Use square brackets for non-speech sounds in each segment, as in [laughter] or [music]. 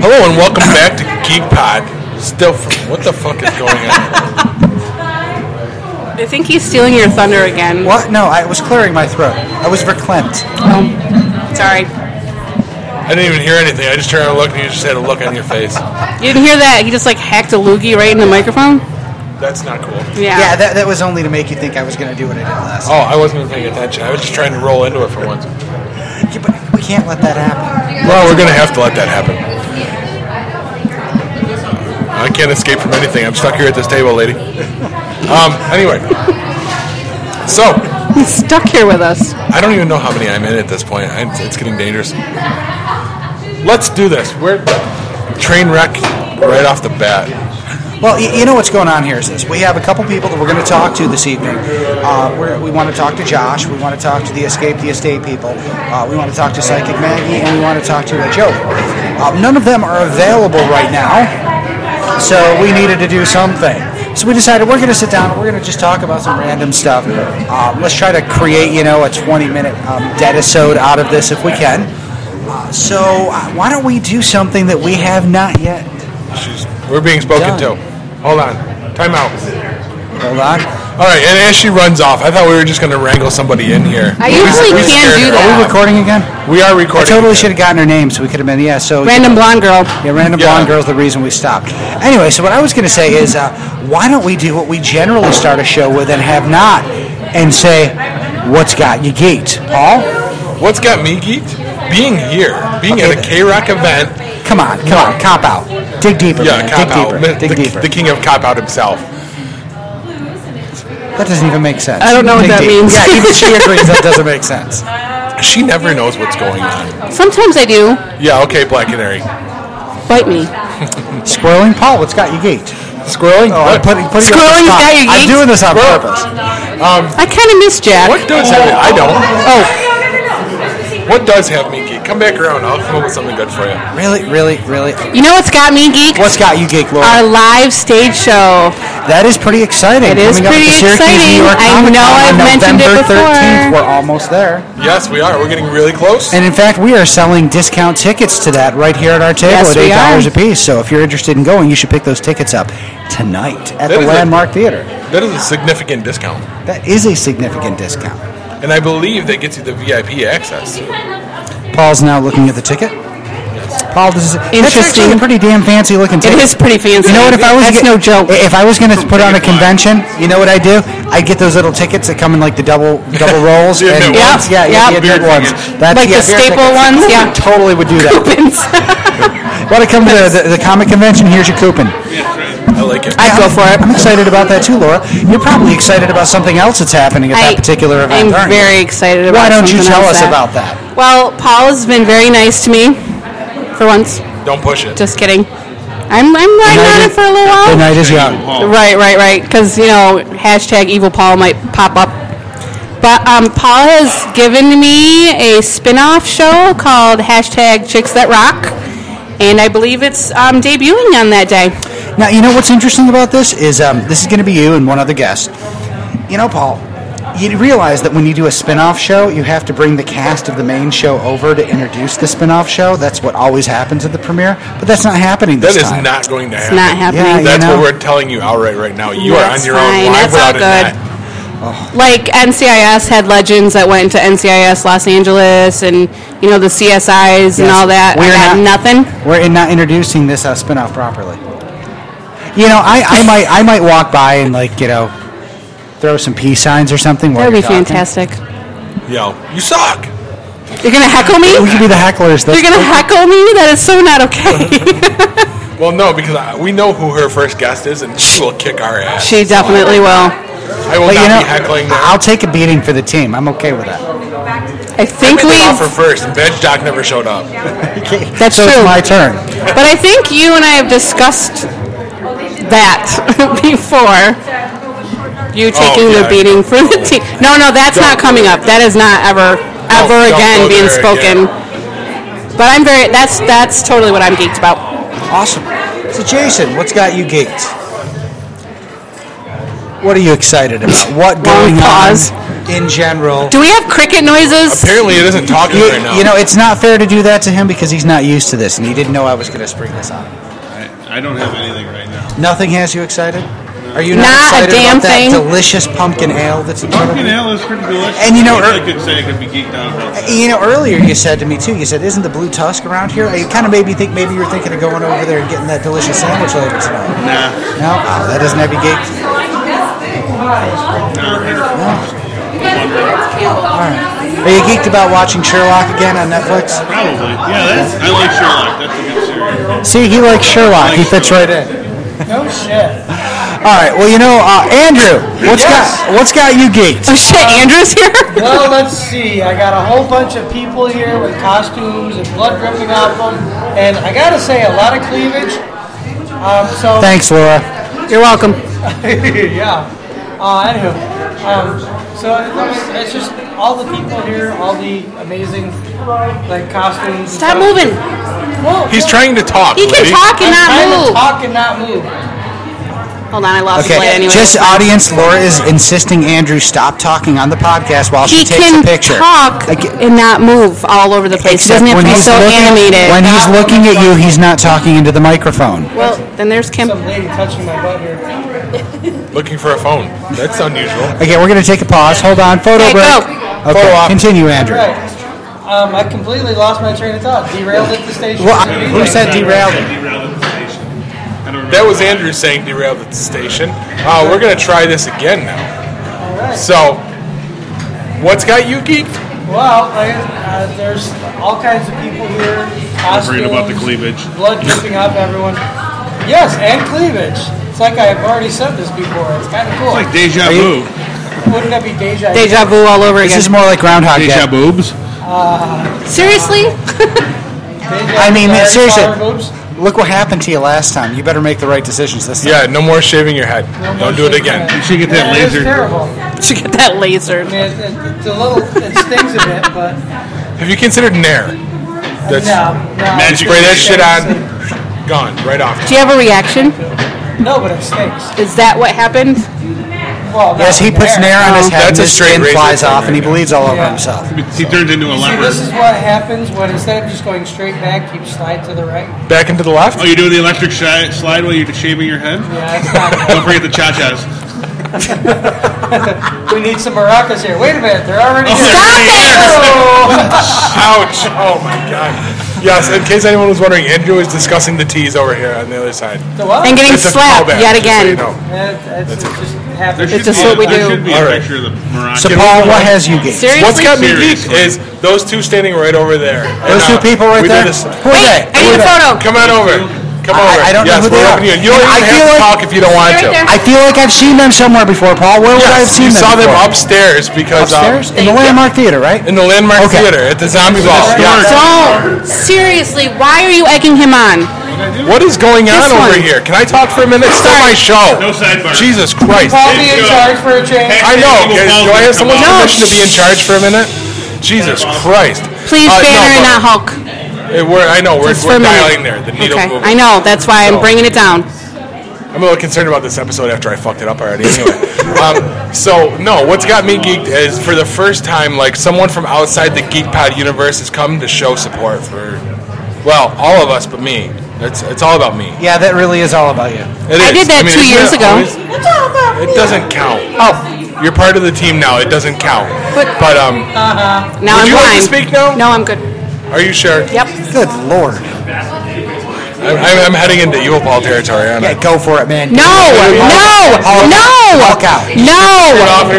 Hello and welcome back to Geek Pod. Still, f- what the fuck is going on? I think he's stealing your thunder again. What? No, I was clearing my throat. I was verklempt. Oh, sorry. I didn't even hear anything. I just turned and looked, and you just had a look on your face. You didn't hear that? He just like hacked a loogie right in the microphone. That's not cool. Yeah. Yeah, that, that was only to make you think I was going to do what I did last. Oh, I wasn't even paying attention. I was just trying to roll into it for once. Yeah, but we can't let that happen. Well, we're gonna have to let that happen. I can't escape from anything. I'm stuck here at this table, lady. Um. Anyway, so [laughs] He's stuck here with us. I don't even know how many I'm in at this point. I, it's getting dangerous. Let's do this. We're train wreck right off the bat. Well, you, you know what's going on here is this: we have a couple people that we're going to talk to this evening. Uh, we're, we want to talk to Josh. We want to talk to the Escape the Estate people. Uh, we want to talk to Psychic Maggie, and we want to talk to uh, Joe. Uh, none of them are available right now, so we needed to do something. So we decided we're going to sit down. and We're going to just talk about some random stuff. Uh, let's try to create, you know, a 20-minute um, deadisode out of this if we can. Uh, so uh, why don't we do something that we have not yet She's, we're being spoken to. Hold on. Time out. Hold on. All right, and as she runs off, I thought we were just going to wrangle somebody in here. I We- usually we can't scared do her. that. Are we recording again? We are I recording. totally should have gotten her name, so we could have been yeah. So Random blonde girl. yeah, random Yeah. blonde girl's the reason we stopped. Anyway, so what I was going to say is, uh, why don't we do what we generally start a show with and have not, and say, what's got you geeked, Paul? What's got me geeked? Being here, being at a K Okay. Rock event. Come on, come on, cop out. Dig deeper, Yeah, man. cop Dig out. deeper. the, Dig deeper. the king of cop out himself. that doesn't even make sense. I don't know what Dig that deep. means. [laughs] Yeah, even she agrees that doesn't make sense. She never knows what's going on. Sometimes I do. Yeah, okay, Black Canary. Bite me. Squirreling, Paul, what's got you geeked? Squirreling? Oh, I'm putting, putting you on the Squirreling's spot. got you I'm geeked? doing this on Squirrel- purpose. I kind of miss Jack. what does have me? I don't. Oh, What does have me geeked? Come back around. I'll come up with something good for you. Really, really, really. you know what's got me geek? What's got you geeked, Laura? Our live stage show. That is pretty Uh, exciting. It is Coming up at the pretty Syracuse, exciting. New York I Comic know Con on I've mentioned it November before. 13th. We're almost there. Yes, we are. We're getting really close. And in fact, we are selling discount tickets to that right here at our table Yes, at we $8 are. a piece. So if you're interested in going, you should pick those tickets up tonight at That is the a- Landmark Theater. That is a significant discount. That is a significant discount. And I believe that gets you the VIP access. Paul's now looking at the ticket. Paul, this is that's actually Interesting. a pretty damn fancy looking It ticket. is pretty fancy. You know what? If I was That's to get- no joke. If I was going to put on a Big Blind. convention, you know what I do? I get those little tickets that come in like the double double [laughs] rolls. The and admit yeah, ones. yeah, yeah, Yep. the admit Beer ones. tickets. That's Like yeah, the beer staple tickets. ones? Yeah. totally would do [laughs] that. Want to come to the, the, the comic convention? Here's your coupon. I like it. I'd go for it. I'm excited about that too, Laura. You're probably excited about something else that's happening at I- that particular I'm event. aren't you? very excited about Why don't you something tell else us that- about that? Well, Paul has been very nice to me for once. Don't push it. Just kidding. I'm, I'm riding on it night is- for a little while. The night is young. Right, right, right. Because you know, hashtag evil Paul might pop up. But um, Paul has given me a spin-off show called hashtag Chicks That Rock, and I believe it's um, debuting on that day. Now, you know what's interesting about this is um, this is going to be you and one other guest. You know, Paul, you realize that when you do a spin-off show, you have to bring the cast of the main show over to introduce the spin-off show. That's what always happens at the premiere, but that's not happening this That is time. not going to happen. It's not happening. you That's know? what we're telling you outright right now. You are on That's your fine. own. Live That's all without a good. net. Like NCIS had legends that went to NCIS Los Angeles, and you know the CSIs and Yes. all that. I We're got not- nothing. We're in not introducing this uh, spin-off properly. You know, I, I might I might walk by and like you know throw some peace signs or something. while That would be you're talking. fantastic. Yo, you suck. You're gonna heckle [laughs] me. We could be the hecklers. That's You're gonna heckle me. That is so not [laughs] okay. Well, no, because I, we know who her first guest is, and [laughs] she will kick our ass. she definitely will. I will But not you know, be heckling them. I'll take a beating for the team. I'm okay with that. I think They offer we've, first, and Veg Doc never showed up. Okay. That's so true. it's my turn. but I think you and I have discussed that [laughs] before. You taking yeah. the beating for the team. No, no, that's not coming up. That is not ever, ever Don't- don't go again being there spoken. But I'm very. That's that's totally what I'm geeked about. Awesome. So Jason, what's got you geeked? What are you excited about? What Long going pause. on? in general. Do we have cricket noises? Apparently, it isn't talking You, right now. you know, it's not fair to do that to him because he's not used to this, and he didn't know I was going to spring this on him. I, I don't have anything right now. Nothing has you excited? Are you not, Not a excited damn about thing. that delicious pumpkin ale that's in front of Fucking you? hell, it's pretty delicious. And you know, I er- could say I could be geeked out about that. You know, earlier you said to me too. You said, "Isn't the blue tusk around here?" It kind of made me think maybe you were thinking of going over there and getting that delicious sandwich later tonight. Nah, No, oh, that doesn't have you gate. [laughs] nah. All right. Are you geeked about watching Sherlock again on Netflix? Probably. Yeah, that's. I like Sherlock. That's a good See, series. he likes Sherlock. He fits right in. Oh, No shit. All right. Well, you know, uh, Andrew, what's got what's got you geeked? [laughs] Oh shit, Andrew's here. Well, let's see. I got a whole bunch of people here with costumes and blood dripping off them, and I gotta say, a lot of cleavage. Um, so [laughs] Thanks, Laura. You're welcome. yeah. Uh, anywho, um, so it- it's just all the people here, all the amazing like costumes. and Stop stuff. moving. Whoa, He's whoa. trying to talk. He can lady. talk and I'm trying not to move. talk and not move. Hold on, I lost the light Okay. anyway. Just uh, audience, Laura is insisting Andrew stop talking on the podcast while he she takes can a picture. talk Like, and not move all over the place. He Except doesn't have to when be he's so looking- animated. When he's looking at you, he's not talking into the microphone. well, then there's Kim. Some lady touching my butt here. Looking for a phone. That's unusual. Okay, we're going to take a pause. Hold on. Photo Okay, break. go. Okay, Photo op. continue, Andrew. Right. Um, I completely lost my train of thought. Derailed at the station. Well, I- who said derailed it? Derailed at the station. I don't remember. That was Andrew saying derailed at the station. Uh, we're gonna try this again now. So, what's got you geeked? Well, I- uh, there's all kinds of people here. worried about the costumes, cleavage. Blood dripping off everyone. Yes, and cleavage. It's like I've already said this before. It's kind of cool. It's like deja Are you- vu. Wouldn't that be deja? vu? Deja vu all over This again. is more like Groundhog Deja Day. boobs. [laughs] Seriously? Deja I vu, mean, sorry, seriously. sorry, boobs. Look what happened to you last time. You better make the right decisions this time. Yeah, no more shaving your head. Don't do it again. You should get that Yeah, It's laser. terrible. Did you get that laser? I mean, it, it, it's a little, it stings a bit, but Have you considered Nair? That's no, no. Man, spray that shit on. Gone right off. Do you have a reaction? No, but it stinks. Is that what happened? Well, Yes, he puts Nair on his head, That's and a his straight skin razor flies thing off, and he right there. bleeds all over Yeah. himself. He turns into a See, this is leopard. what happens when instead of just going straight back, you slide to the right. Back into the left. Oh, you're doing the electric shi- slide while you're shaving your head? Yeah, it's [laughs] not. Don't forget the cha-chas. We need some maracas here. Wait a minute, they're already [laughs] Oh, here. there he is. [laughs] Ouch! Oh my god. Yes, in case anyone was wondering, Andrew is discussing the teas over here on the other side. The what? And getting It's a slapped callback, yet just so you again. know. That- that's just There happened. should just be a- what we There do. should be a All right. picture of the maracas. So, Paul, what has you gained? Seriously? What's got me geeked Seriously. is those two standing right over there. Those And, two uh, people right we there? did this- Who are Wait, I they? need a photo. Come on over. Come I- over. I don't know yes, who they we're are. opening it. You don't I even feel have to like- talk if you don't want Right to. there. I feel like I've seen them somewhere before, Paul. Where would I have Yes, seen you them saw them before? upstairs because um, Upstairs? In the Landmark Theater, right? in the Landmark Okay. Theater at the Zombie Ball. store. Yeah. Don't. Seriously, why are you egging him on? What is going on This over one. here? Can I talk for a minute? It's not my show. No sidebar. Jesus Christ. I'll be in Good. charge for a change. I know. Evil Can- Paul's Do I gonna have come someone's out. permission to be in charge for a minute? Jesus Christ. Please, Uh, no, Banner and but- not Hulk. Eh, We're, I know, we're, Just for we're a minute. dialing there. The needle okay, movement. I know. That's why I'm So- bringing it down. I'm a little concerned about this episode after I fucked it up already. Anyway, [laughs] um, so no, what's got me geeked is for the first time, like someone from outside the Geek Pod universe has come to show support for, well, all of us but me. It's it's all about me. Yeah, that really is all about you. It I is. did that two isn't years it ago. always- it doesn't count. Oh, You're part of the team now. It doesn't count. But- but um, now Would I'm you like to blind. speak now? No, I'm good. are you sure? Yep. Good lord. I'm, I'm I'm heading into Evil Paul territory. aren't I? Yeah, go for it, man. No, no, Hulk out. no, Hulk out.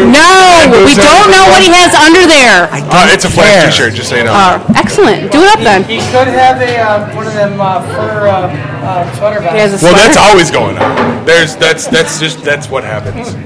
no, no. We don't know what he has under there. Uh, it's a Fair. flash T-shirt. Just so you know. Uh, excellent. Do it up then. He could have a um, one of them uh, fur uh, uh, sweater He has a vests. Well, sweater. that's always going on. There's that's that's just that's what happens.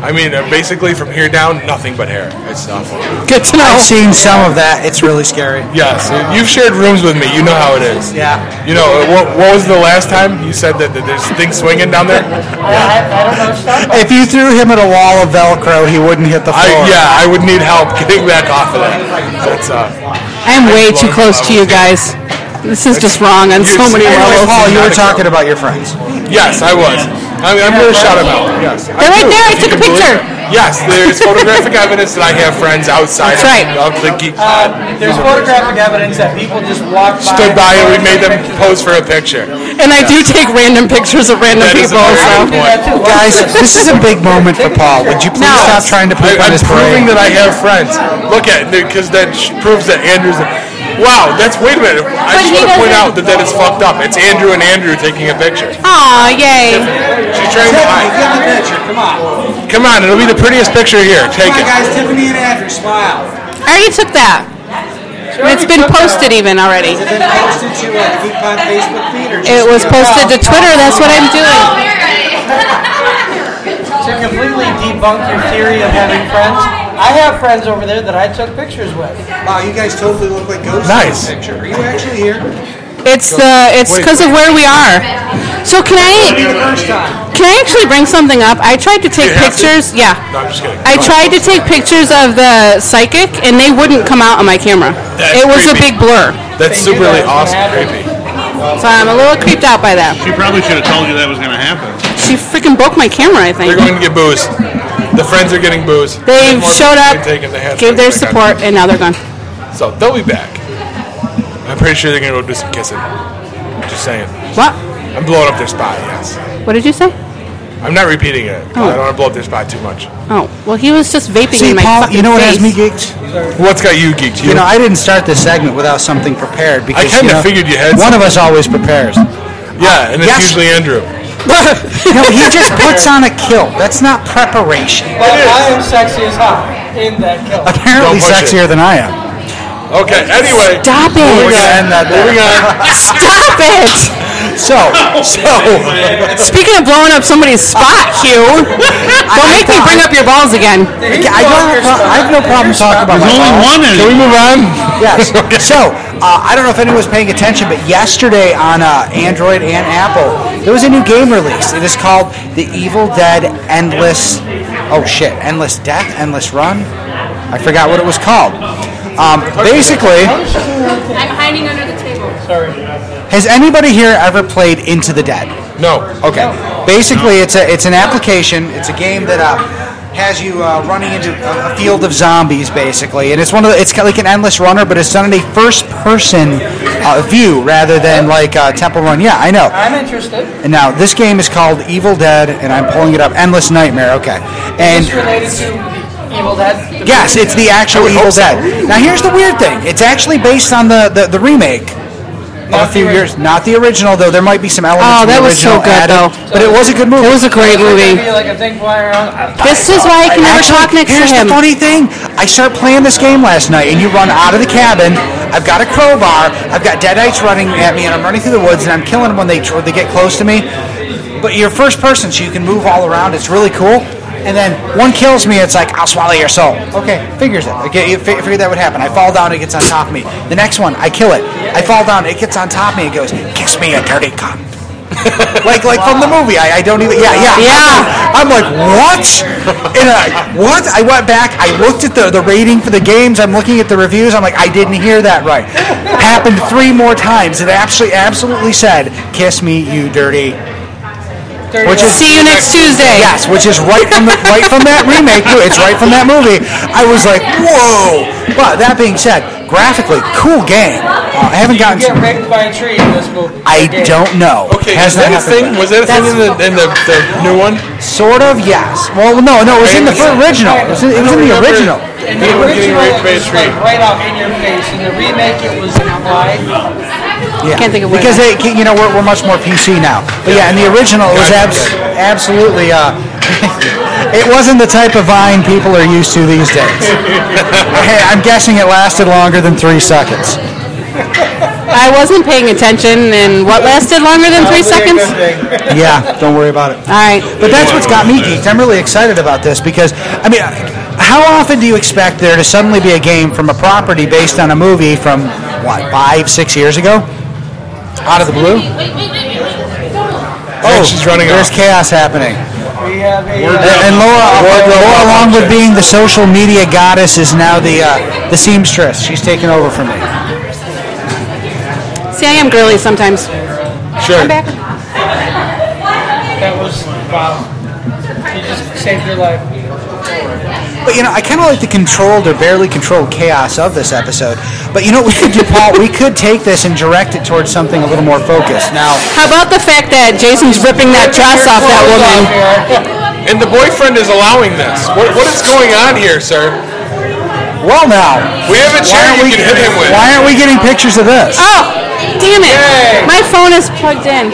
I mean, uh, basically from here down, nothing but hair. It's awful. Good to know. I've seen some of that. It's really scary. Yes, uh, you've shared rooms with me. You know how it is. Yeah. You know uh, what? What was the last time you said that, that there's things swinging down there? I, I, I don't know what you're talking about. If you threw him at a wall of Velcro, he wouldn't hit the I floor. yeah, I would need help [laughs] getting back off of that. That's uh. I'm way too close to you guys. This is just wrong on so many Anyway, levels. Anyway, Paul, you Not a were talking about your friends. Yes, I was. I'm, I'm going to shout him out. Yes, I They're right do. there. I If you took a can believe picture. it. Yes, there's photographic evidence that I have friends outside That's right. of the geek pod. Uh, there's photographic evidence that people just walked by. Stood by and we made them Pictures. pose for a picture. And I do take random pictures of random That is a people. very so. good point. Oh, too. Guys, this is a [laughs] big moment for Paul. Would you please No. stop trying to I, poop I'm on his proving parade? that I have friends. Look at it, because that sh- proves that Andrew's. A- wow, that's wait a minute. I But just he want to point doesn't- out that that is fucked up. It's Andrew and Andrew taking a picture. Aw, yay. She's trying to hide. Come on. Come on, it'll be the prettiest picture here. Take it. guys, Tiffany and Andrew, smile. I already took that. And it's been posted even already. [laughs] Then posted to uh, GeekPod Facebook feed or It was posted to Twitter. That's what I'm doing. To completely debunk your theory of having friends, I have friends over there that I took pictures with. Wow, you guys totally look like ghosts Nice. in this picture. Are you actually here? It's the it's because of where we are. So can I First time. can I actually bring something up? I tried to take You have to. pictures. Yeah. No, I'm just kidding. I tried to take pictures of the psychic and they wouldn't come out on my camera. That's It was a creepy. big blur. That's They knew super that was gonna awesome, happen. creepy. So I'm a little creeped out by that. She probably should have told you that was going [laughs] to happen. She freaking broke my camera, I They're think. going to get booze. The friends are getting booze. They've More showed people up, can take them to have gave their sex. They support, got- and now they're gone. So they'll be back. I'm pretty sure they're going to go do some kissing. Just saying. What? I'm blowing up their spot, yes. What did you say? I'm not repeating it. 'cause I Oh. don't want to blow up their spot too much. Oh, well, he was just vaping See, in my Paul, fucking you know what face. has me geeked? What's got you geeked? You know, I didn't start this segment without something prepared because kinda you know, figured you had One of us always prepares. yeah, and it's Yes. usually Andrew. no, he just puts on a kilt. That's not preparation. But I am sexy as hell in that kill. Apparently Don't push it. sexier than I am. Okay, anyway. Stop We're gonna it! end that there. Moving on. Stop it! So, so Speaking of blowing up somebody's [laughs] spot, Hugh, don't make me bring up your balls again. I don't have, pro- I have no problem talking about my There's only balls. one in it. move on? Yes. [laughs] So, uh, I don't know if anyone's paying attention, but yesterday on uh, Android and Apple, there was a new game released. It is called The Evil Dead Endless. Oh shit! Endless Death, Endless Run. I forgot what it was called. Um, basically, I'm hiding under the table. has anybody here ever played Into the Dead? No. Okay. Basically, it's a it's an application. It's a game that uh, has you uh, running into a, a field of zombies, basically, and it's one of the, it's kind of like an endless runner, but it's done in a first person uh, view rather than like uh, Temple Run. Yeah, I know. I'm interested. And now this game is called Evil Dead, and I'm pulling it up. Endless Nightmare. Okay. And It's related to Evil Dead. yes, it's the actual Evil Dead. Now here's the weird thing. It's actually based on the the, the remake. Of a few years, not the original though. There might be some elements. Oh, of the that was so original good, added, though. But it was a good movie. It was a great It's movie. gonna be like a thing Uh, flying around. This is why I can never Actually, talk next to here's him. the funny thing. I started playing this game last night, and you run out of the cabin. I've got a crowbar. I've got deadites running at me, and I'm running through the woods, and I'm killing them when they when they get close to me. But you're first person, so you can move all around. It's really cool. And then one kills me. It's like I'll swallow your soul. Okay, figures it. Okay, you fi- figured that would happen. I fall down. It gets on top of me. The next one, I kill it. I fall down. It gets on top of me. It goes, kiss me a dirty cum. like like from the movie. I, I don't even. Yeah, yeah, Yeah. I'm like, what? And I, what? I went back. I looked at the, the rating for the games. I'm looking at the reviews. I'm like, I didn't hear that right. Happened three more times. It actually absolutely said, "Kiss me, you dirty." Which is See you next Tuesday. yes, which is right from the, right from that remake. too. It's right from that movie. I was like, whoa. But that being said, graphically, cool game. Uh, I haven't You gotten. get raped by a tree in this movie. I Game. don't know. Okay, Has is that a happened thing? yet. Was that a thing in the, in the, the new one? Sort of, yes. Well, no, no, it was in the fir- original. It was in, it was in the Remember original. In the Anyone getting original, raped by a it was like tree? right off in your face. In the remake, it was implied. Yeah. Can't think of what because it they, can- you know, we're, we're much more PC now. But yeah, in the original, it was abs- absolutely. Uh, [laughs] it wasn't the type of vine people are used to these [laughs] days. hey, I'm guessing it lasted longer than three seconds. I wasn't paying attention, and what lasted longer than three seconds? All Yeah, don't worry about it. right. But that's what's got me geeked. I'm really excited about this because, I mean, how often do you expect there to suddenly be a game from a property based on a movie from, what, five, six years ago? Out of the blue? Oh, Wait, wait, wait, wait, wait. Don't. And she's running there's off. chaos happening. We have a. And, Uh, and Laura, Laura, along with being the social media goddess, is now the uh, the seamstress. She's taken over from me. See, I am girly sometimes. Sure. I'm back. that was wow. You just saved your life. But you know, I kind of like the controlled or barely controlled chaos of this episode. But you know, what we could do, Paul. We could take this and direct it towards something a little more focused. Now, How about the fact that Jason's ripping that dress off that woman? And the boyfriend is allowing this. What, what is going on here, sir? well, now We have a chair you can hit him with. why aren't we getting pictures of this? Oh, damn it! Yay. My phone is plugged in.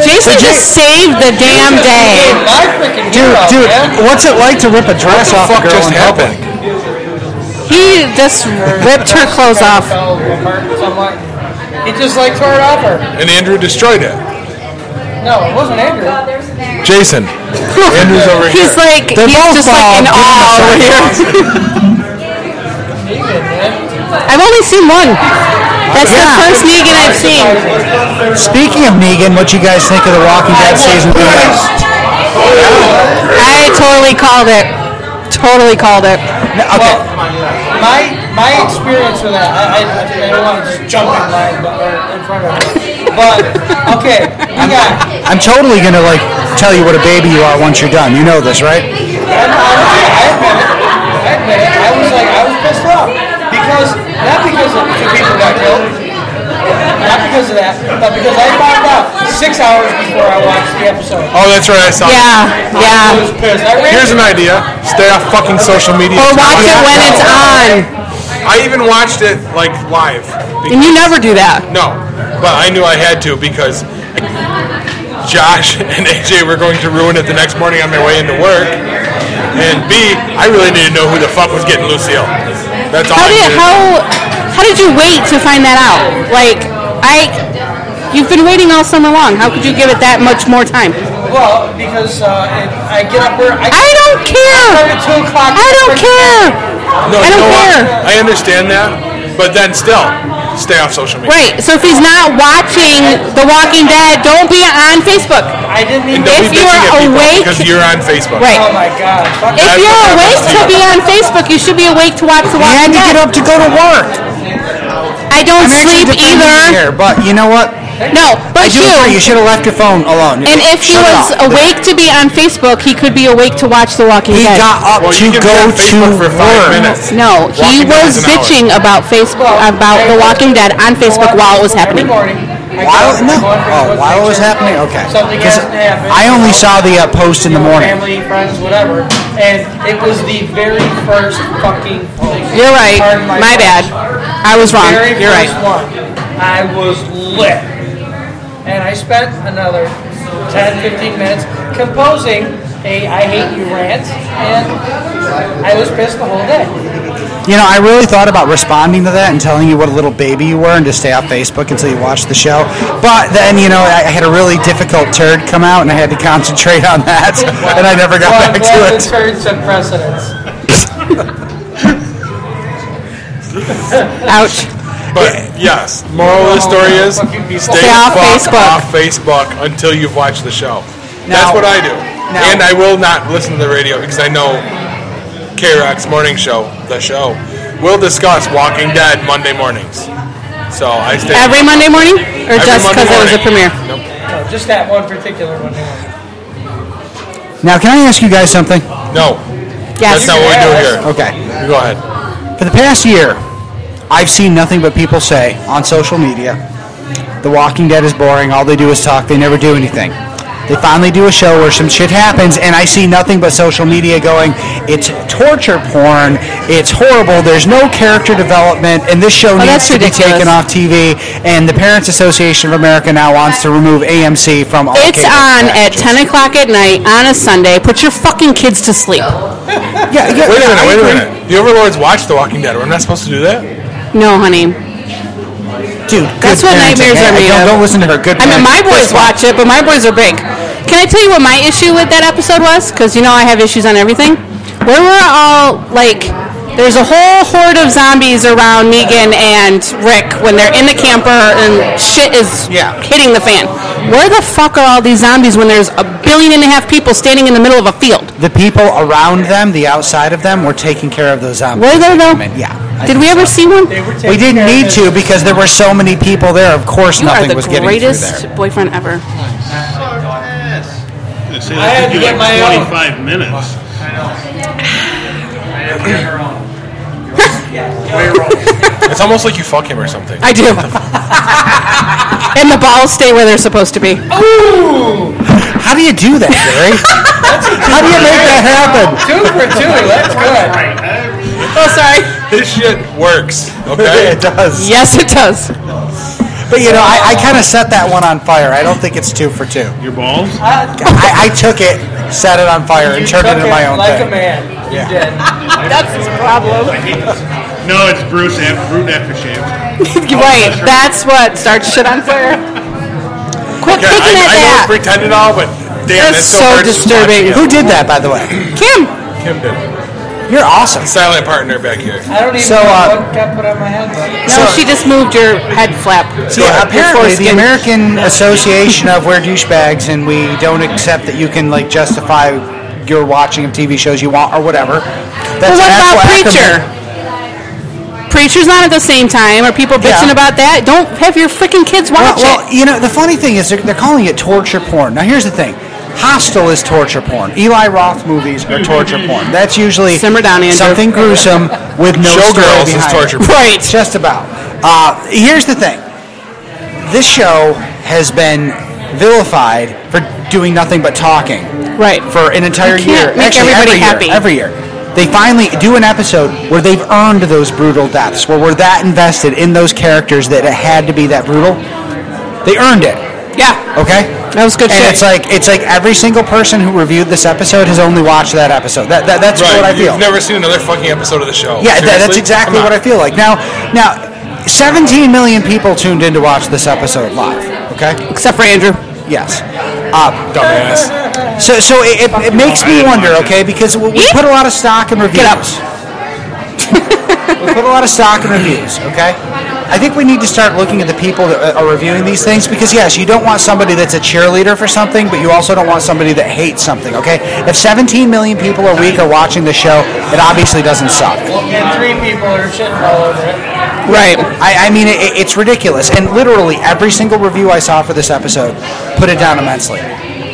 Jason But Ja- just saved the damn day. My freaking Dude, hero, dude, man. what's it like to rip a dress off What the fuck a girl just in public? happened? He just ripped her clothes [laughs] off. Fell apart, so I'm like- He just like tore it off her. And Andrew destroyed it. No, it wasn't Andrew. Jason. Andrew's over He's here. like, They're both he's just like in bald. awe Oh, over [laughs] here. Negan, man. I've only seen one. That's the Yeah. first Negan I've seen. Speaking of Negan, what you guys think of The Walking Dead season three? I totally called it. Totally called it. No, okay, My my experience with that, I, I, I don't want to just jump in line but, or in front of it. But okay, you got I'm totally gonna like tell you what a baby you are once you're done. You know this, right? I, I admit it. I admit it. I was like, I was pissed off because not because of two people got killed, not because of that, but because I found out six hours before I watched the episode. Oh, that's right. I saw Yeah, I yeah. was pissed. I ran Here's an idea. Stay off fucking social media. Or watch it when it's on. I even watched it like live. And you never do that. No, but I knew I had to because Josh [laughs] and AJ were going to ruin it the next morning on my way into work. And B, I really need to know who the fuck was getting Lucille. That's all How I did needed. Oh, how how did you wait to find that out? Like I, you've been waiting all summer long. How could you give it that much more time? well because uh, it, I get up where I, I don't started care. at two o'clock. I don't care. No, I you don't know what? care. I understand that, but then still, stay off social media. Right. So if he's not watching The Walking Dead, don't be on Facebook. I didn't And even. don't If be bitching you're at people awake- because you're on Facebook. Right. Oh my god! Fuck If That's you're what I awake was to be on Facebook, you should be awake to watch The You had Walking to get Dead. up to go to work. I don't I'm actually sleep defending you either. Here, but you know what? No, I but do agree. You should have left your phone alone. And if he Shut it was off. awake to be on Facebook, he could be awake to watch The Walking he Dead. got up Well, to you can go be on Facebook to for five work. minutes. No, Walking he Dead is was an hour. bitching about Facebook about The Walking Dead on Facebook while it was happening. Every morning. I While go on no, Facebook, oh, while it was make sure happening, okay. Something 'Cause hasn't happened. I only saw the uh, post in the your morning. Family, friends, whatever. And it was the very first fucking thing. You're right. Pardon My bad. French. I was wrong. Very You're first right. one. I was lit. And I spent another 10, 15 minutes composing a I hate you rant. And I was pissed the whole day. You know, I really thought about responding to that and telling you what a little baby you were and to stay off Facebook until you watched the show. But then, you know, I I had a really difficult turd come out and I had to concentrate on that, [laughs] and I never got Well, I'm back to glad it. the turd took precedence. Ouch. But yes, moral of the story is stay, Stay the off fuck Facebook. off Facebook until you've watched the show. Now- That's what I do. now- and I will not listen to the radio because I know K Rock's morning show, the show, will discuss Walking Dead Monday mornings. So I stay Every Monday morning, or Every just Monday because it was a morning. premiere? Nope. No, just that one particular one. That's Now, can I ask you guys something? No. Yes. That's not what we do here. Okay. You Go ahead. For the past year, I've seen nothing but people say on social media, The Walking Dead is boring, all they do is talk, they never do anything. They finally do a show where some shit happens, and I see nothing but social media going, it's torture porn, it's horrible, there's no character development, and this show needs that's to ridiculous. be taken off TV, and the Parents Association of America now wants to remove AMC from all It's cable on at packages." 10 o'clock at night on a Sunday. Put your fucking kids to sleep. Yeah, yeah, Wait a yeah, minute, I wait a agree. minute. The Overlords watch The Walking Dead. We're not supposed to do that? No, honey. Dude, That's good what parenting. nightmares Hey, are made don't, of. Don't listen to her. Good I mean, parenting. my boys First of all, watch it, but my boys are big. Can I tell you what my issue with that episode was? Because you know I have issues on everything. We were all like, there's a whole horde of zombies around Negan and Rick when they're in the camper and shit is Yeah. hitting the fan. Where the fuck are all these zombies when there's a billion and a half people standing in the middle of a field? the people around them, the outside of them, were taking care of those zombies. Were there though? Yeah. Did I think we ever see one? We didn't need to because there were so many people there. Of course, You are nothing the was getting through there. greatest boyfriend ever. to say I had that to took you get my own. like 25 minutes. It's almost like you fuck him or something. I [laughs] do. and the balls stay where they're supposed to be. How do you do that, Gary? How do you make that happen? [laughs] Two for two, that's good. [laughs] Oh, sorry. [laughs] This shit works. Okay. [laughs] it does. Yes, it [laughs] does. But you know, I, I kind of set that one on fire. I don't think it's two for two. Your balls? I, I took it, set it on fire, and You turned it took into my own like a thing. man. You Yeah. did. That's his problem. No, it's Bruce after, Brute Aftershave. right. That's what starts shit on fire. Quit Yeah, I, picking I at that. don't pretend it all, but damn, that That's still so hurts as much. disturbing. Yeah. Who did that, by the way? Kim. Kim did. You're awesome. Silent partner back here. I don't even So, know uh, what got put on my head. No, she just moved your head flap. So yeah, Your apparently foreskin. the American Association of We're Douchebags, and we don't accept that you can like justify your watching of TV shows you want or whatever. Well, That's what an about actual preacher? acronym. Preacher's not at the same time. Are people bitching Yeah. about that? Don't have your freaking kids Well, watch well, [laughs] it. you know the funny thing is they're, they're calling it torture porn. Now here's the thing. Hostile is torture porn. Eli Roth movies are torture porn. That's usually Simmer down, Andrew. something gruesome with no story Showgirls is behind it. torture Right. Just about. Uh, here's the thing. This show has been vilified for doing nothing but talking Right. for an entire You year. can't make Actually, everybody every happy. year, every year. They finally do an episode where they've earned those brutal deaths, where we're that invested in those characters that it had to be that brutal. They earned it. yeah. Okay? That was good and shit. it's like it's like every single person who reviewed this episode has only watched that episode. That, that that's what I Right. feel. You've never seen another fucking episode of the show. Yeah, that, that's Seriously? exactly Come what on. I feel like. Now, now, 17 million people tuned in to watch this episode live. Okay. Except for Andrew. Yes. Uh, Dumbass. so, so it, it, it makes me wonder. Okay, because we, we put a lot of stock in reviews. up. [laughs] we put a lot of stock in reviews. Okay. I think we need to start looking at the people that are reviewing these things because yes, you don't want somebody that's a cheerleader for something, but you also don't want somebody that hates something. Okay. If 17 million people a week are watching the show, it obviously doesn't suck. And three people are shitting all over it. Right. I, I mean, it, it's ridiculous. And literally, every single review I saw for this episode put it down immensely.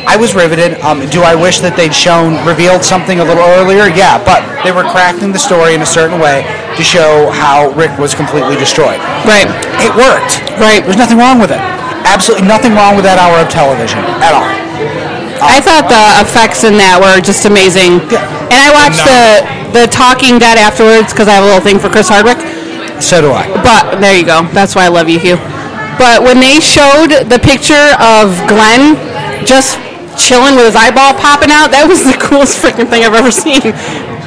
I was riveted. Um, do I wish that they'd shown, revealed something a little earlier? Yeah, but they were crafting the story in a certain way to show how Rick was completely destroyed. Right. It worked. Right. There's nothing wrong with it. Absolutely nothing wrong with that hour of television at all. I thought the effects in that were just amazing. Yeah. And I watched the the Talking Dead afterwards because I have a little thing for Chris Hardwick. So do I. But there you go. That's why I love you, Hugh. But when they showed the picture of Glenn just chilling with his eyeball popping out, that was the [laughs] coolest freaking thing I've ever seen.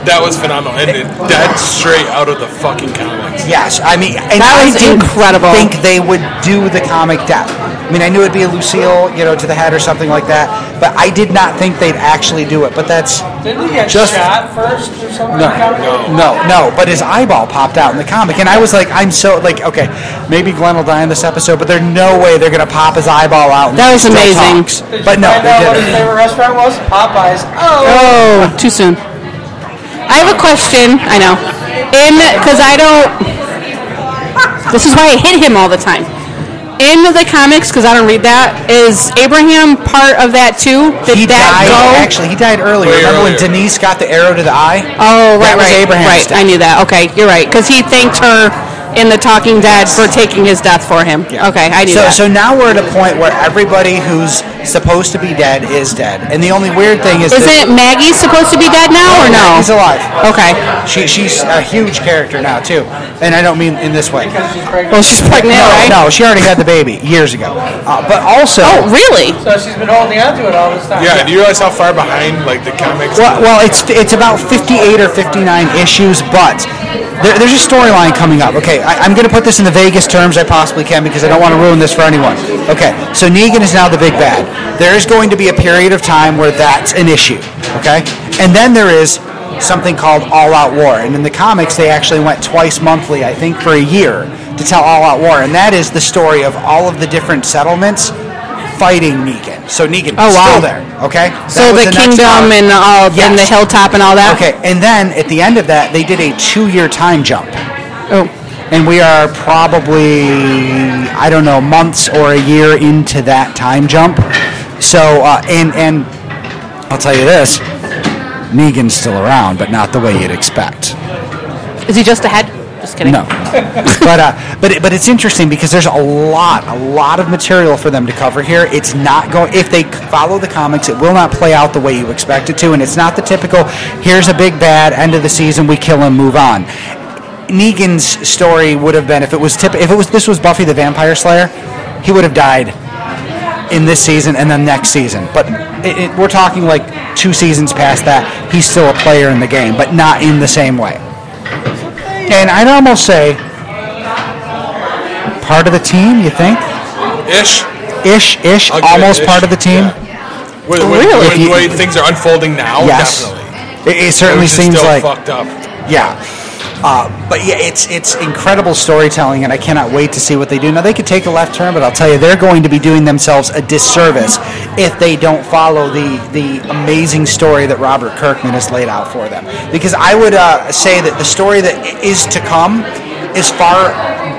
That was phenomenal. And it, that's straight out of the fucking comics. Yes, I mean, and That I was didn't incredible. Think they would do the comic death. I mean, I knew it'd be a Lucille, you know, to the head or something like that, but I did not think they'd actually do it. But that's Didn't he get Just- shot first or something? no, no, no. But his eyeball popped out in the comic, and I was like, I'm so like, okay, maybe Glenn will die in this episode, but there's no way they're gonna pop his eyeball out. And That was he still amazing. talks. Did But no, you find out what his they didn't. favorite restaurant was? Popeyes. Oh. Oh, too soon. I have a question. I know. In because I don't. This is why I hit him all the time. In the comics, because I don't read that, is Abraham part of that too? Did He that died. go? Actually, he died earlier. Way Remember when earlier. Denise got the arrow to the eye? Oh, right, That was right, Abraham's right. death. I knew that. Okay, you're right, because he thanked her in the Talking Dead for taking his death for him. Okay, I knew so, that. So now we're at a point where everybody who's supposed to be dead is dead, and the only weird thing is that Isn't Maggie supposed to be dead now or no? He's alive. Okay. She, she's a huge character now too, and I don't mean in this way. Well, she's pregnant, No, right? no, she already had the baby years ago. Uh, but also, Oh, really? So she's been holding on to it all this time. Yeah, do you realize how far behind like the comics? well, well, it's it's about 58 or 59 issues, but there, there's a storyline coming up. Okay, I, I'm going to put this in the vaguest terms I possibly can because I don't want to ruin this for anyone. Okay, so Negan is now the big bad. There is going to be a period of time where that's an issue. Okay, and then there is something called All Out War, and in the comics they actually went twice monthly, I think, for a year to tell All Out War, and that is the story of all of the different settlements fighting Negan. So Negan Oh, wow. still there. Okay, So That was the, next kingdom arc. and all, and the Yes. hilltop and all that. Okay, and then at the end of that, they did a two-year time jump, Oh, and we are probably I don't know months or a year into that time jump. So uh, and and I'll tell you this: Negan's still around, but not the way you'd expect. Is he just ahead? Just kidding. No, [laughs] but uh, but it, but it's interesting because there's a lot, a lot of material for them to cover here. It's not going if they follow the comics, it will not play out the way you expect it to, and it's not the typical. Here's a big bad, end of the season, we kill him, move on. Negan's story would have been if it was tip, if it was this was Buffy the Vampire Slayer, he would have died in this season and then next season. But it, it, we're talking like two seasons past that. He's still a player in the game, but not in the same way. And I'd almost say part of the team. You think? Ish. Ish, ish, I'll give it almost ish, part of the team. yeah. With, with, Really? with the way things are unfolding now, Yes. definitely. It, it It certainly was just seems still like fucked up. Yeah. Uh, but yeah, it's it's incredible storytelling, and I cannot wait to see what they do. Now they could take a left turn, but I'll tell you, they're going to be doing themselves a disservice if they don't follow the the amazing story that Robert Kirkman has laid out for them. Because I would uh, say that the story that i- is to come is far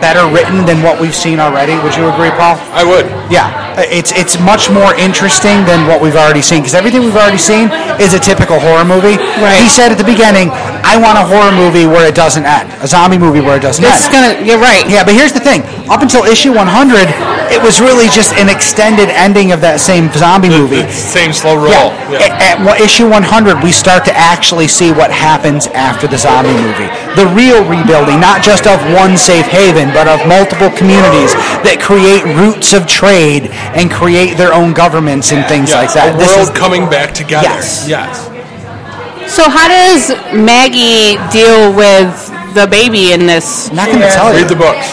better written than what we've seen already. Would you agree, Paul? I would. Yeah, Uh, it's it's much more interesting than what we've already seen because everything we've already seen is a typical horror movie. Right. He said at the beginning, "I want a horror movie where it doesn't end, a zombie movie where it doesn't This is end." gonna. You're right. yeah, but here's the thing: up until issue 100, it was really just an extended ending of that same zombie movie. It's the [laughs] same slow roll. Yeah. Yeah. A- At, one- issue 100, we start to actually see what happens after the zombie movie. The real rebuilding, not just of one safe haven, but of multiple communities that create routes of trade and create their own governments and things Yeah, like that. The This world is- coming back together. Yes. Yes. So how does Maggie deal with the baby in this? I'm not going to tell Read the you. books.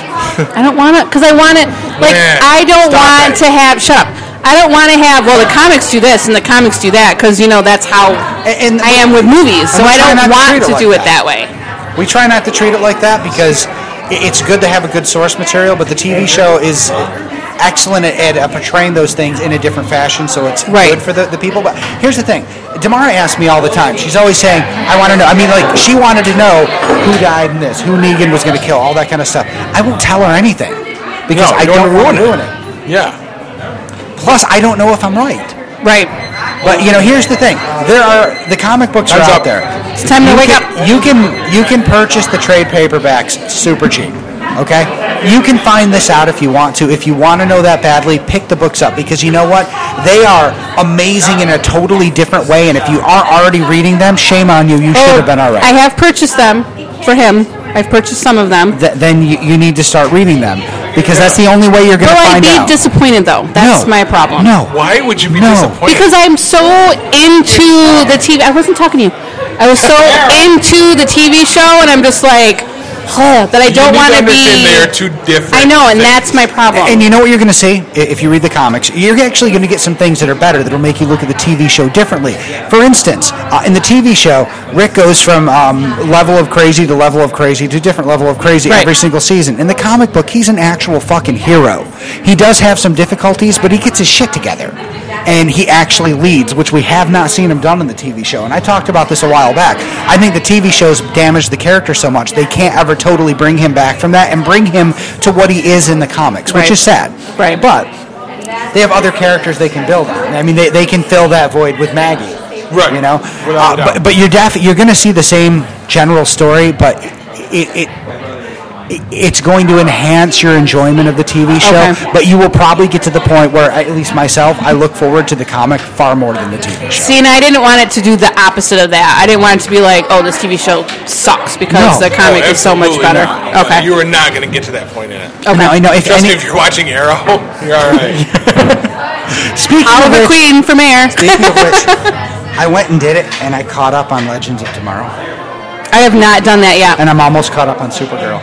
I don't want to, because I want it. Like Man, I don't stop want it. to have. Shut up. I don't want to have. Well, the comics do this and the comics do that because you know that's how And- and- I am with movies. So and we I try don't not to want treat it to like do it that. that way. We try not to treat it like that because i- it's good to have a good source material, but the TV show is excellent at, at portraying those things in a different fashion, so it's Right. good for the, the people. But here's the thing Damara asks me all the time. She's always saying, I want to know. I mean, like, she wanted to know who died in this, who Negan was going to kill, all that kind of stuff. I won't tell her anything because No, I you don't don't wanna want to ruin ruin it. Yeah. Plus, I don't know if I'm right. Right. But you know, here's the thing: there are the comic books Time's are out up. there. It's time to You wake can- up. You can you can purchase the trade paperbacks super cheap. Okay, you can find this out if you want to. If you want to know that badly, pick the books up because you know what? They are amazing in a totally different way. And if you are already reading them, shame on you. You should have been already. Oh, I have purchased them for him. I've purchased some of them. Th- then you, you need to start reading them because that's the only way you're going Will to I find be out. disappointed though? That's No. my problem. No. Why would you be No. disappointed? Because I'm so into the TV. I wasn't talking to you. I [laughs] was so into the TV show, and I'm just like, huh, that I you don't need want to to understand be. they are two different. I know, and things. that's my problem. And you know what you're going to see I- if you read the comics? You're actually going to get some things that are better that'll make you look at the TV show differently. For instance, uh, in the TV show, Rick goes from um, level of crazy to level of crazy to different level of crazy Right. every single season. In the comic book, he's an actual fucking hero. He does have some difficulties, but he gets his shit together. And he actually leads, which we have not seen him done in the TV show. And I talked about this a while back. I think the TV shows damaged the character so much they can't ever totally bring him back from that and bring him to what he is in the comics, which Right. is sad. Right. But they have other characters they can build on. I mean, they, they can fill that void with Maggie. Right. You know? Without a Uh, but, doubt. but you're definitely you're going to see the same general story, but it. it it- it's going to enhance your enjoyment of the TV show, Okay. but you will probably get to the point where, at least myself, I look forward to the comic far more than the TV show. See, and I didn't want it to do the opposite of that. I didn't want it to be like, oh, this TV show sucks because No. the comic Oh, is so much absolutely better. not. No, Okay. You are not going to get to that point in it. okay. Now, you know, if Trust me, any, if you're watching Arrow, you're all right. speaking of Oliver which, Queen for mayor. speaking of which, I went and did it, and I caught up on Legends of Tomorrow, I have not done that yet. and I'm almost caught up on Supergirl.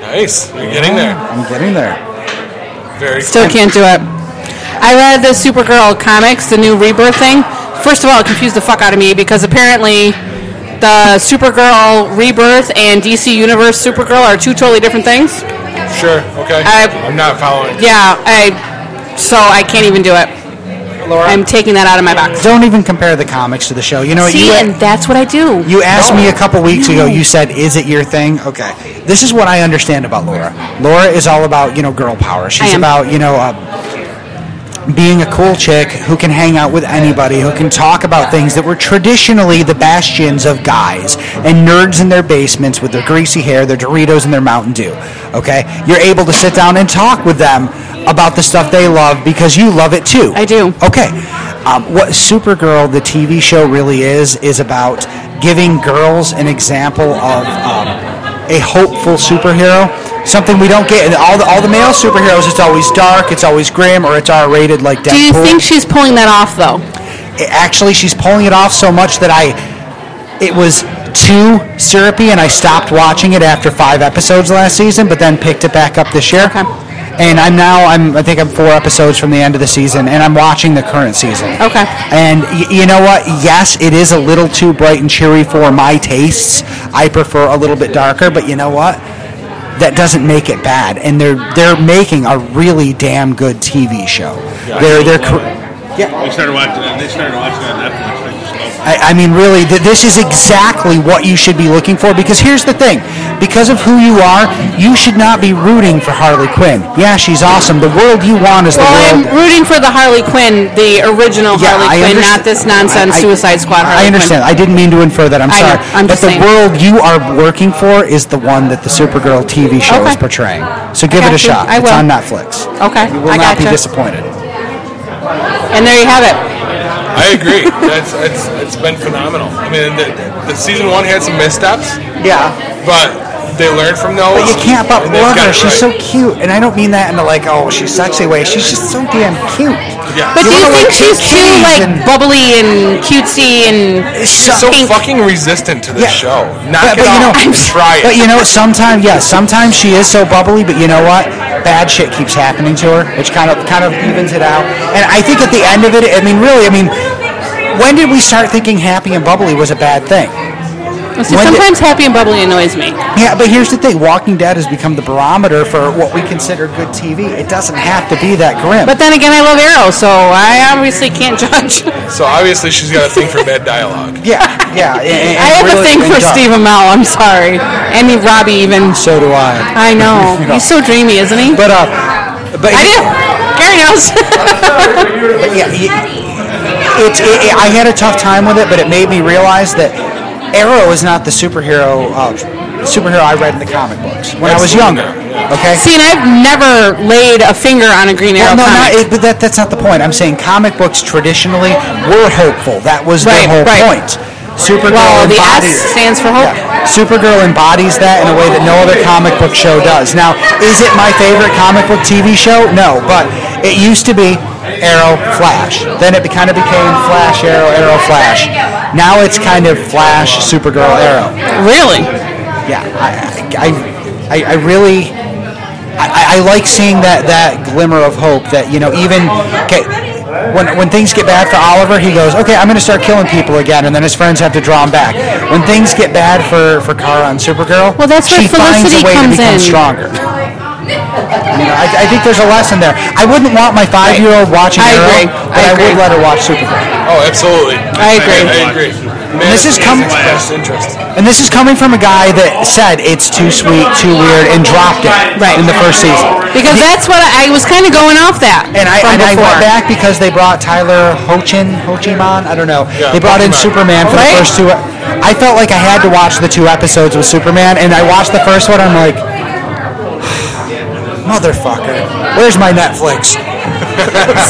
nice. You're getting there. I'm getting there. Very Still can't do it. I read the Supergirl comics, the new rebirth thing. First of all, it confused the fuck out of me because apparently the Supergirl rebirth and DC Universe Supergirl are two totally different things. sure. Okay. I- I'm not following. Yeah, I so I can't even do it. I'm taking that out of my box. Don't even compare the comics to the show. You know, what See, you and that's what I do. you asked me a couple weeks ago. You said, "Is it your thing?" Okay, this is what I understand about Laura. Laura is all about you know girl power. I She's am. about you know uh, being a cool chick who can hang out with anybody, who can talk about things that were traditionally the bastions of guys and nerds in their basements with their greasy hair, their Doritos, and their Mountain Dew. Okay? You're able to sit down and talk with them about the stuff they love because you love it too. I do. Okay. Um, what Supergirl, the TV show, really is, is about giving girls an example of um, a hopeful superhero. Something we don't get. And all the, all the male superheroes, it's always dark, it's always grim, or it's R rated like Deadpool. Do you think she's pulling that off though? actually, she's pulling it off so much that I. It was too syrupy, and I stopped watching it after five episodes last season, but then picked it back up this year. And I'm now, I'm, I think I'm four episodes from the end of the season, and I'm watching the current season. Okay. And y- you know what? Yes, it is a little too bright and cheery for my tastes. I prefer a little bit darker, but you know what? That doesn't make it bad. And they're they're making a really damn good TV show. they're they're cr- yeah. They started watching it. They started watching it on Netflix. They just loved it. I, I mean, really, th- this is exactly what you should be looking for. Because here's the thing: because of who you are, you should not be rooting for Harley Quinn. Yeah, she's awesome. The world you want is the Well, I'm world. rooting for the Harley Quinn, the original Yeah, Harley I Quinn, understand- not this nonsense I- I- Suicide Squad Harley I understand. I didn't mean to infer that. I I'm know. sorry. I'm but just the saying. world you are working for is the one that the Supergirl TV show Okay. is portraying. I So give got it a you. shot. I it's will. on Netflix. Okay, You will I not be gotcha. disappointed. And there you have it. I agree. That's it's, it's been phenomenal. I mean, the, the season one had some missteps, Yeah. but they learned from those. But you can't but and they've love got her. it She's so right. cute, and I don't mean that in a like, oh, she's sexy way. She's just so damn cute. Yeah. But do you wanna, think like, she's take too keys like and- bubbly and cutesy and She's so pink? fucking resistant to the Yeah. show. Knock but, it but you off. know, and [laughs] try it. But you know, sometimes, yeah, sometimes she is so bubbly. But you know what? Bad shit keeps happening to her, which kind of kind of evens it out. And I think at the end of it, I mean, really, I mean, when did we start thinking happy and bubbly was a bad thing? See, when did- sometimes happy and bubbly annoys me. Yeah, but here's the thing: Walking Dead has become the barometer for what we consider good TV. It doesn't have to be that grim. But then again, I love Arrow, so I obviously can't [laughs] judge. so obviously she's got a thing for bad dialogue. yeah, yeah, [laughs] and, and I have a really- thing and for dark. Steve Amell. I'm sorry, and Robbie even. So do I. I know [laughs] You know. he's so dreamy, isn't he? But uh, but I do. Gary knows. But yeah, y- it's. It, it- I had a tough time with it, but it made me realize that Arrow is not the superhero uh, superhero I read in the comic books when I was younger. Okay. See, and I've never laid a finger on a Green Arrow Well, no, not, comic. it, but that, that's not the point. I'm saying comic books traditionally were hopeful. That was Right, the whole right. point. Supergirl Well, the S embodies. stands for hope. Yeah. Supergirl embodies that in a way that no other comic book show does. Now, is it my favorite comic book TV show? No, but it used to be Arrow, Flash. Then it kind of became Flash, Arrow, Arrow, Flash. Now it's kind of Flash, Supergirl, Arrow. really? Yeah, I, I, I, I really, I, I like seeing that that glimmer of hope that you know even okay. When, when things get bad for Oliver, he goes, okay, I'm going to start killing people again, and then his friends have to draw him back. When things get bad for, for Kara and Supergirl, Well, that's where she finds a Felicity way to comes become in. stronger. You know, I, I think there's a lesson there. I wouldn't want my five-year-old watching I Arrow, agree. I but I, would agree. let her watch Supergirl. Oh, absolutely. I agree. I agree. Man, This is coming- expressed interest. And this is coming from a guy that said it's too sweet, too weird, and dropped it in the first season. Because that's what I, I was kind of going off that. And I, from and I before. went back because they brought Tyler Hochin, Hochiman, I don't know. Yeah, they brought in Hochiman. Superman for Right? the first two. e- I felt like I had to watch the two episodes with Superman, and I watched the first one. I'm like, [sighs] motherfucker, where's my Netflix?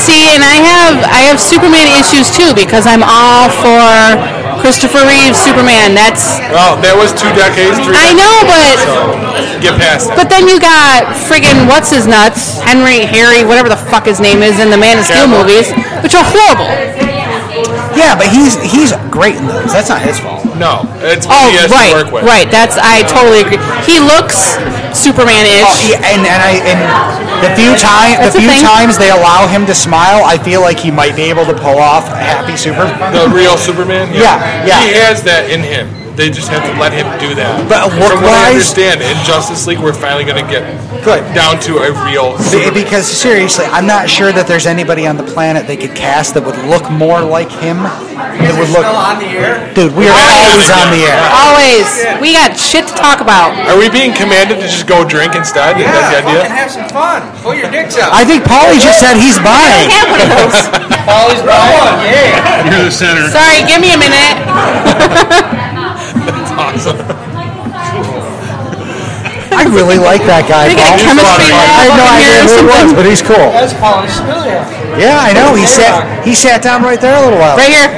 See, and I have I have Superman issues too because I'm all for Christopher Reeve Superman. That's Well, that was two decades, three I know, but know. Get past that. but then you got friggin' what's his nuts Henry Harry whatever the fuck his name is in the Man of Steel Cavill. movies, which are horrible. Yeah, but he's he's great in those. That's not his fault. no, it's what Oh he has right, to work with. right. That's I totally agree. He looks Superman-ish. Oh, he, and and I and the few times That's a the few thing. times they allow him to smile, I feel like he might be able to pull off a happy Superman. The real Superman. Yeah, yeah. He has that in him. they just have to let him do that. But From what I work-wise- understand, in Justice League, we're finally going to get Good. down to a real. Be- Because seriously, I'm not sure that there's anybody on the planet they could cast that would look more like him. That would look. on the air. Dude, we are always on the air. Always. We got shit to talk about. Are we being commanded to just go drink instead? Is that the Yeah, idea? fucking have some fun. Pull your dicks out. I think Paulie just said he's I buying. have one [laughs] of those. Polly's Brian. Yeah. You're the center. Sorry, give me a minute. I really like that guy. We got a Paul. chemistry I lab have no up in idea here or who it was, something. but he's cool. That's Polly Spillier. Yeah, I know. He sat. He sat down right there a little while. Right here.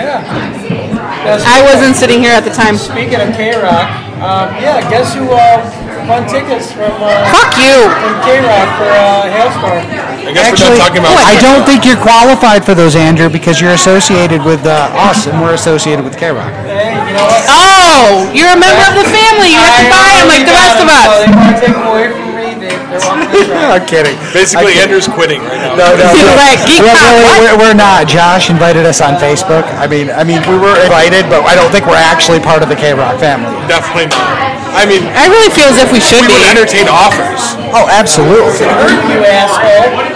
That's- I wasn't sitting here at the time. Speaking of K Rock, um, yeah, guess who uh, won tickets from, uh, Fuck you. from K Rock for uh, Hailstorm? I guess we're Actually, not talking about. I don't think you're qualified for those, Andrew, because you're associated with uh, us, and we're associated with K Rock. Hey, you know what? Oh, you're a member of the family. You have to buy them like the rest of So us. they want to take them away from me. They, they're on the [laughs] track. [laughs] I'm kidding. Basically, Andrew's quitting right now. No, no, You're no. like, geek we're, out, really- what? we're, we're not. Josh invited us on Facebook. I mean, I mean, we were invited, but I don't think we're actually part of the K Rock family. Definitely not. I mean, I really feel as if we should we would be. entertain offers. Oh, absolutely. You asshole.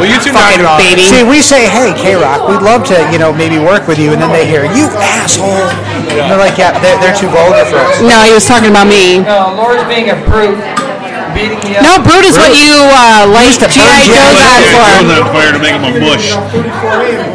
Will you two knock it off? Baby. See, we say, "Hey, K Rock, we'd love to, you know, maybe work with you," and then they hear, "You asshole!" And they're like, "Yeah, they're, they're too vulgar for us." No, he was talking about me. No, Laura's being a brute, beating me up. No, Brute is what you uh, like to G.I. purge you. Joe's on You're for. throwing that fire to make him a mush.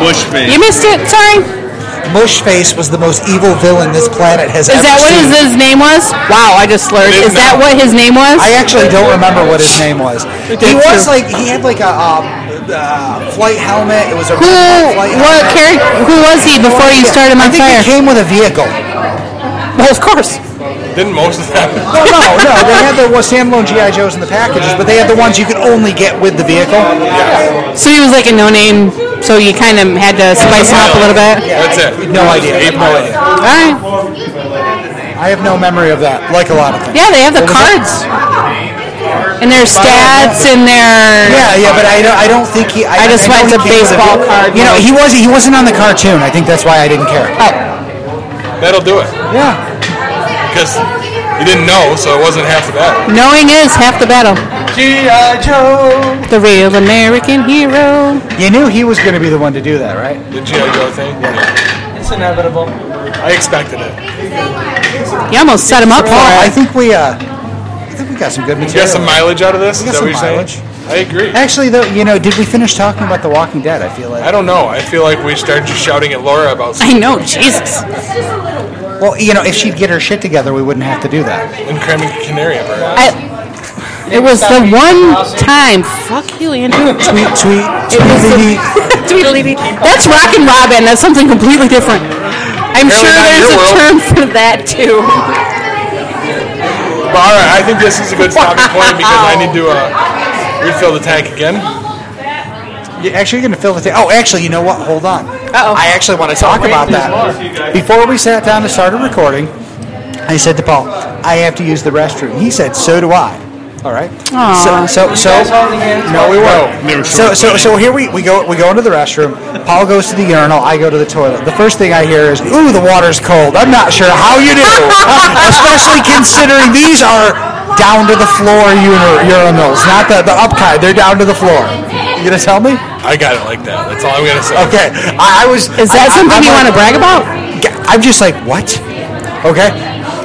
Mush You face. missed it. Sorry. Mushface was the most evil villain this planet has Is ever that what seen. his, his name was? Wow, I just slurred. Is that what his name was? I actually don't remember what his name was. He was like he had like a um, uh, flight helmet. It was a Who red flight what helmet. character? Who was he before you started him I on think fire? he came with a vehicle. Well, of course. Didn't most of them? No, no, no. They had the well, standalone GI Joes in the packages, but they had the ones you could only get with the vehicle. So he was like a no name. So you kind of had to spice him up a little bit. That's it. No idea. Eight No idea. All right. I have no memory of that. Like a lot of things. Yeah, they have the cards and their stats and their. Yeah, yeah, but I don't. I don't think he. I I, just know went he to came with a baseball vehicle. card You know, mode. he was. He wasn't on the cartoon. I think that's why I didn't care. Oh. That'll do it. Yeah. Because you didn't know, so it wasn't half of that. Knowing is half the battle. G.I. Joe. The real American hero. You knew he was going to be the one to do that, right? The GI Joe thing. It's inevitable. I expected it. You almost set him up for Paul, I it. think we. Uh, I think we got some good You material. got some mileage out of this? We got Is that some what you're mileage. saying? I agree. Actually, though, you know, did we finish talking about The Walking Dead? I feel like. I don't know. I feel like we started just shouting at Laura about [laughs] I know, Jesus. Well, you know, if she'd get her shit together, we wouldn't have to do that. and cramming a canary up her ass. I, it was the one time. Fuck you, Andrew. Tweet, tweet, It tweet. was [laughs] the, Tweedledee. That's Rock and Robin. That's something completely different. I'm sure not there's your a world. term for that too. But all right, I think this is a good stopping point because I need to uh, refill the tank again. You're actually going to fill the thing. Oh, actually, you know what? Hold on. Uh-oh. I actually want to talk about that. Before we sat down to start a recording, I said to Paul, "I have to use the restroom." He said, "So do I." All right. Aw. So, so, Guys so holding hands. no, we won't. They were So, short so, so here we, we go we go into the restroom. Paul goes to the urinal. I go to the toilet. The first thing I hear is, "Ooh, the water's cold." I'm not sure how you do, [laughs] especially considering these are down to the floor ur- urinals, not the the up kind. They're down to the floor. You gonna tell me? I got it like that. That's all I'm gonna say. Okay, I, I was. Is that something you want to brag about? about? I'm just like, what? Okay,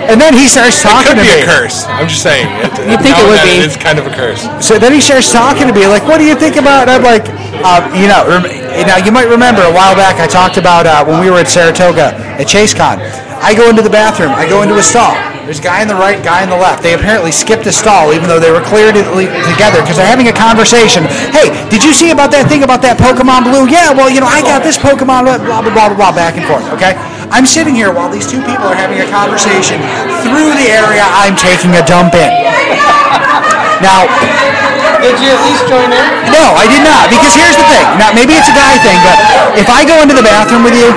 and then he starts It talking could to be me. a curse. I'm just saying. It, You'd think it now would that be. It's kind of a curse. So then he starts talking to me, like, what do you think about? And I'm like, um, you know, rem- now you might remember a while back I talked about uh, when we were at Saratoga at ChaseCon. I go into the bathroom, I go into a stall. There's a guy on the right, guy on the left. They apparently skipped a stall, even though they were clearly together, because they're having a conversation. Hey, did you see about that thing about that Pokemon Blue? Yeah, well, you know, I got this Pokemon, blah, blah, blah, blah, blah, back and forth, okay? I'm sitting here while these two people are having a conversation through the area I'm taking a dump in. Now, Did you at least join in? no, I did not. Because here's the thing. Now, maybe it's a guy thing, but if I go into the bathroom with you,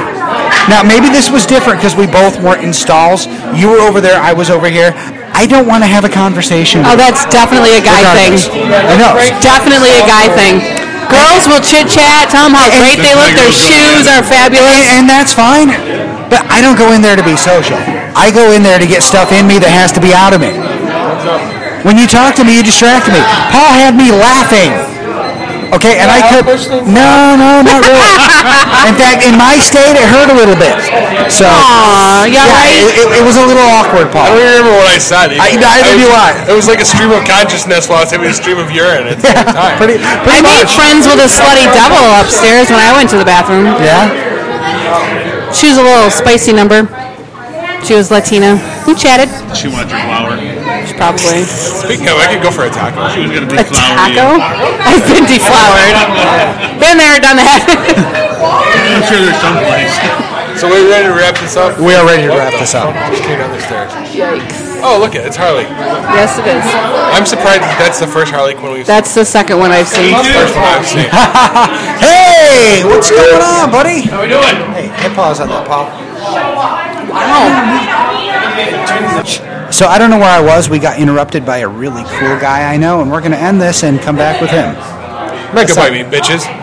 now maybe this was different because we both weren't in stalls. You were over there, I was over here. I don't want to have a conversation. Oh, with that's definitely a guy thing. regardless. I know. Definitely a guy thing. Girls will chit chat, tell them how great they look, their shoes are fabulous. And that's fine. But I don't go in there to be social. I go in there to get stuff in me that has to be out of me. When you talk to me, you distract me. Paul had me laughing. Okay, and I could. outburst things? No, no, not [laughs] really. in fact, in my state, it hurt a little bit. So, Aw, yeah, yeah, right? it, it- it was a little awkward, I Paul. don't remember what I said. I- neither do I. It was like a stream of consciousness while I was having a stream of urine at the same time. Pretty, I pretty made much. friends with a slutty devil upstairs when I went to the bathroom. Yeah. She was a little spicy number. She was Latina. We chatted, She wanted your flour. probably. Speaking of, I could go for a taco. She was gonna A deflower you. taco? [laughs] I've been deflowered. Been there, done that. [laughs] I'm sure there's some place. So we're ready to wrap this up. We are ready to wrap this up. [laughs] Just came down the stairs. Oh, look it, it's Harley. yes, it is. I'm surprised that that's the first Harley Quinn we've seen. That's the second one I've seen. That's the first one I've seen. Hey, what's going on, buddy? How we doing? Hey, hit pause on that, Paul. Wow. So I don't know where I was. We got interrupted by a really cool guy I know, and we're going to end this and come back with him. Not goodbye, me bitches.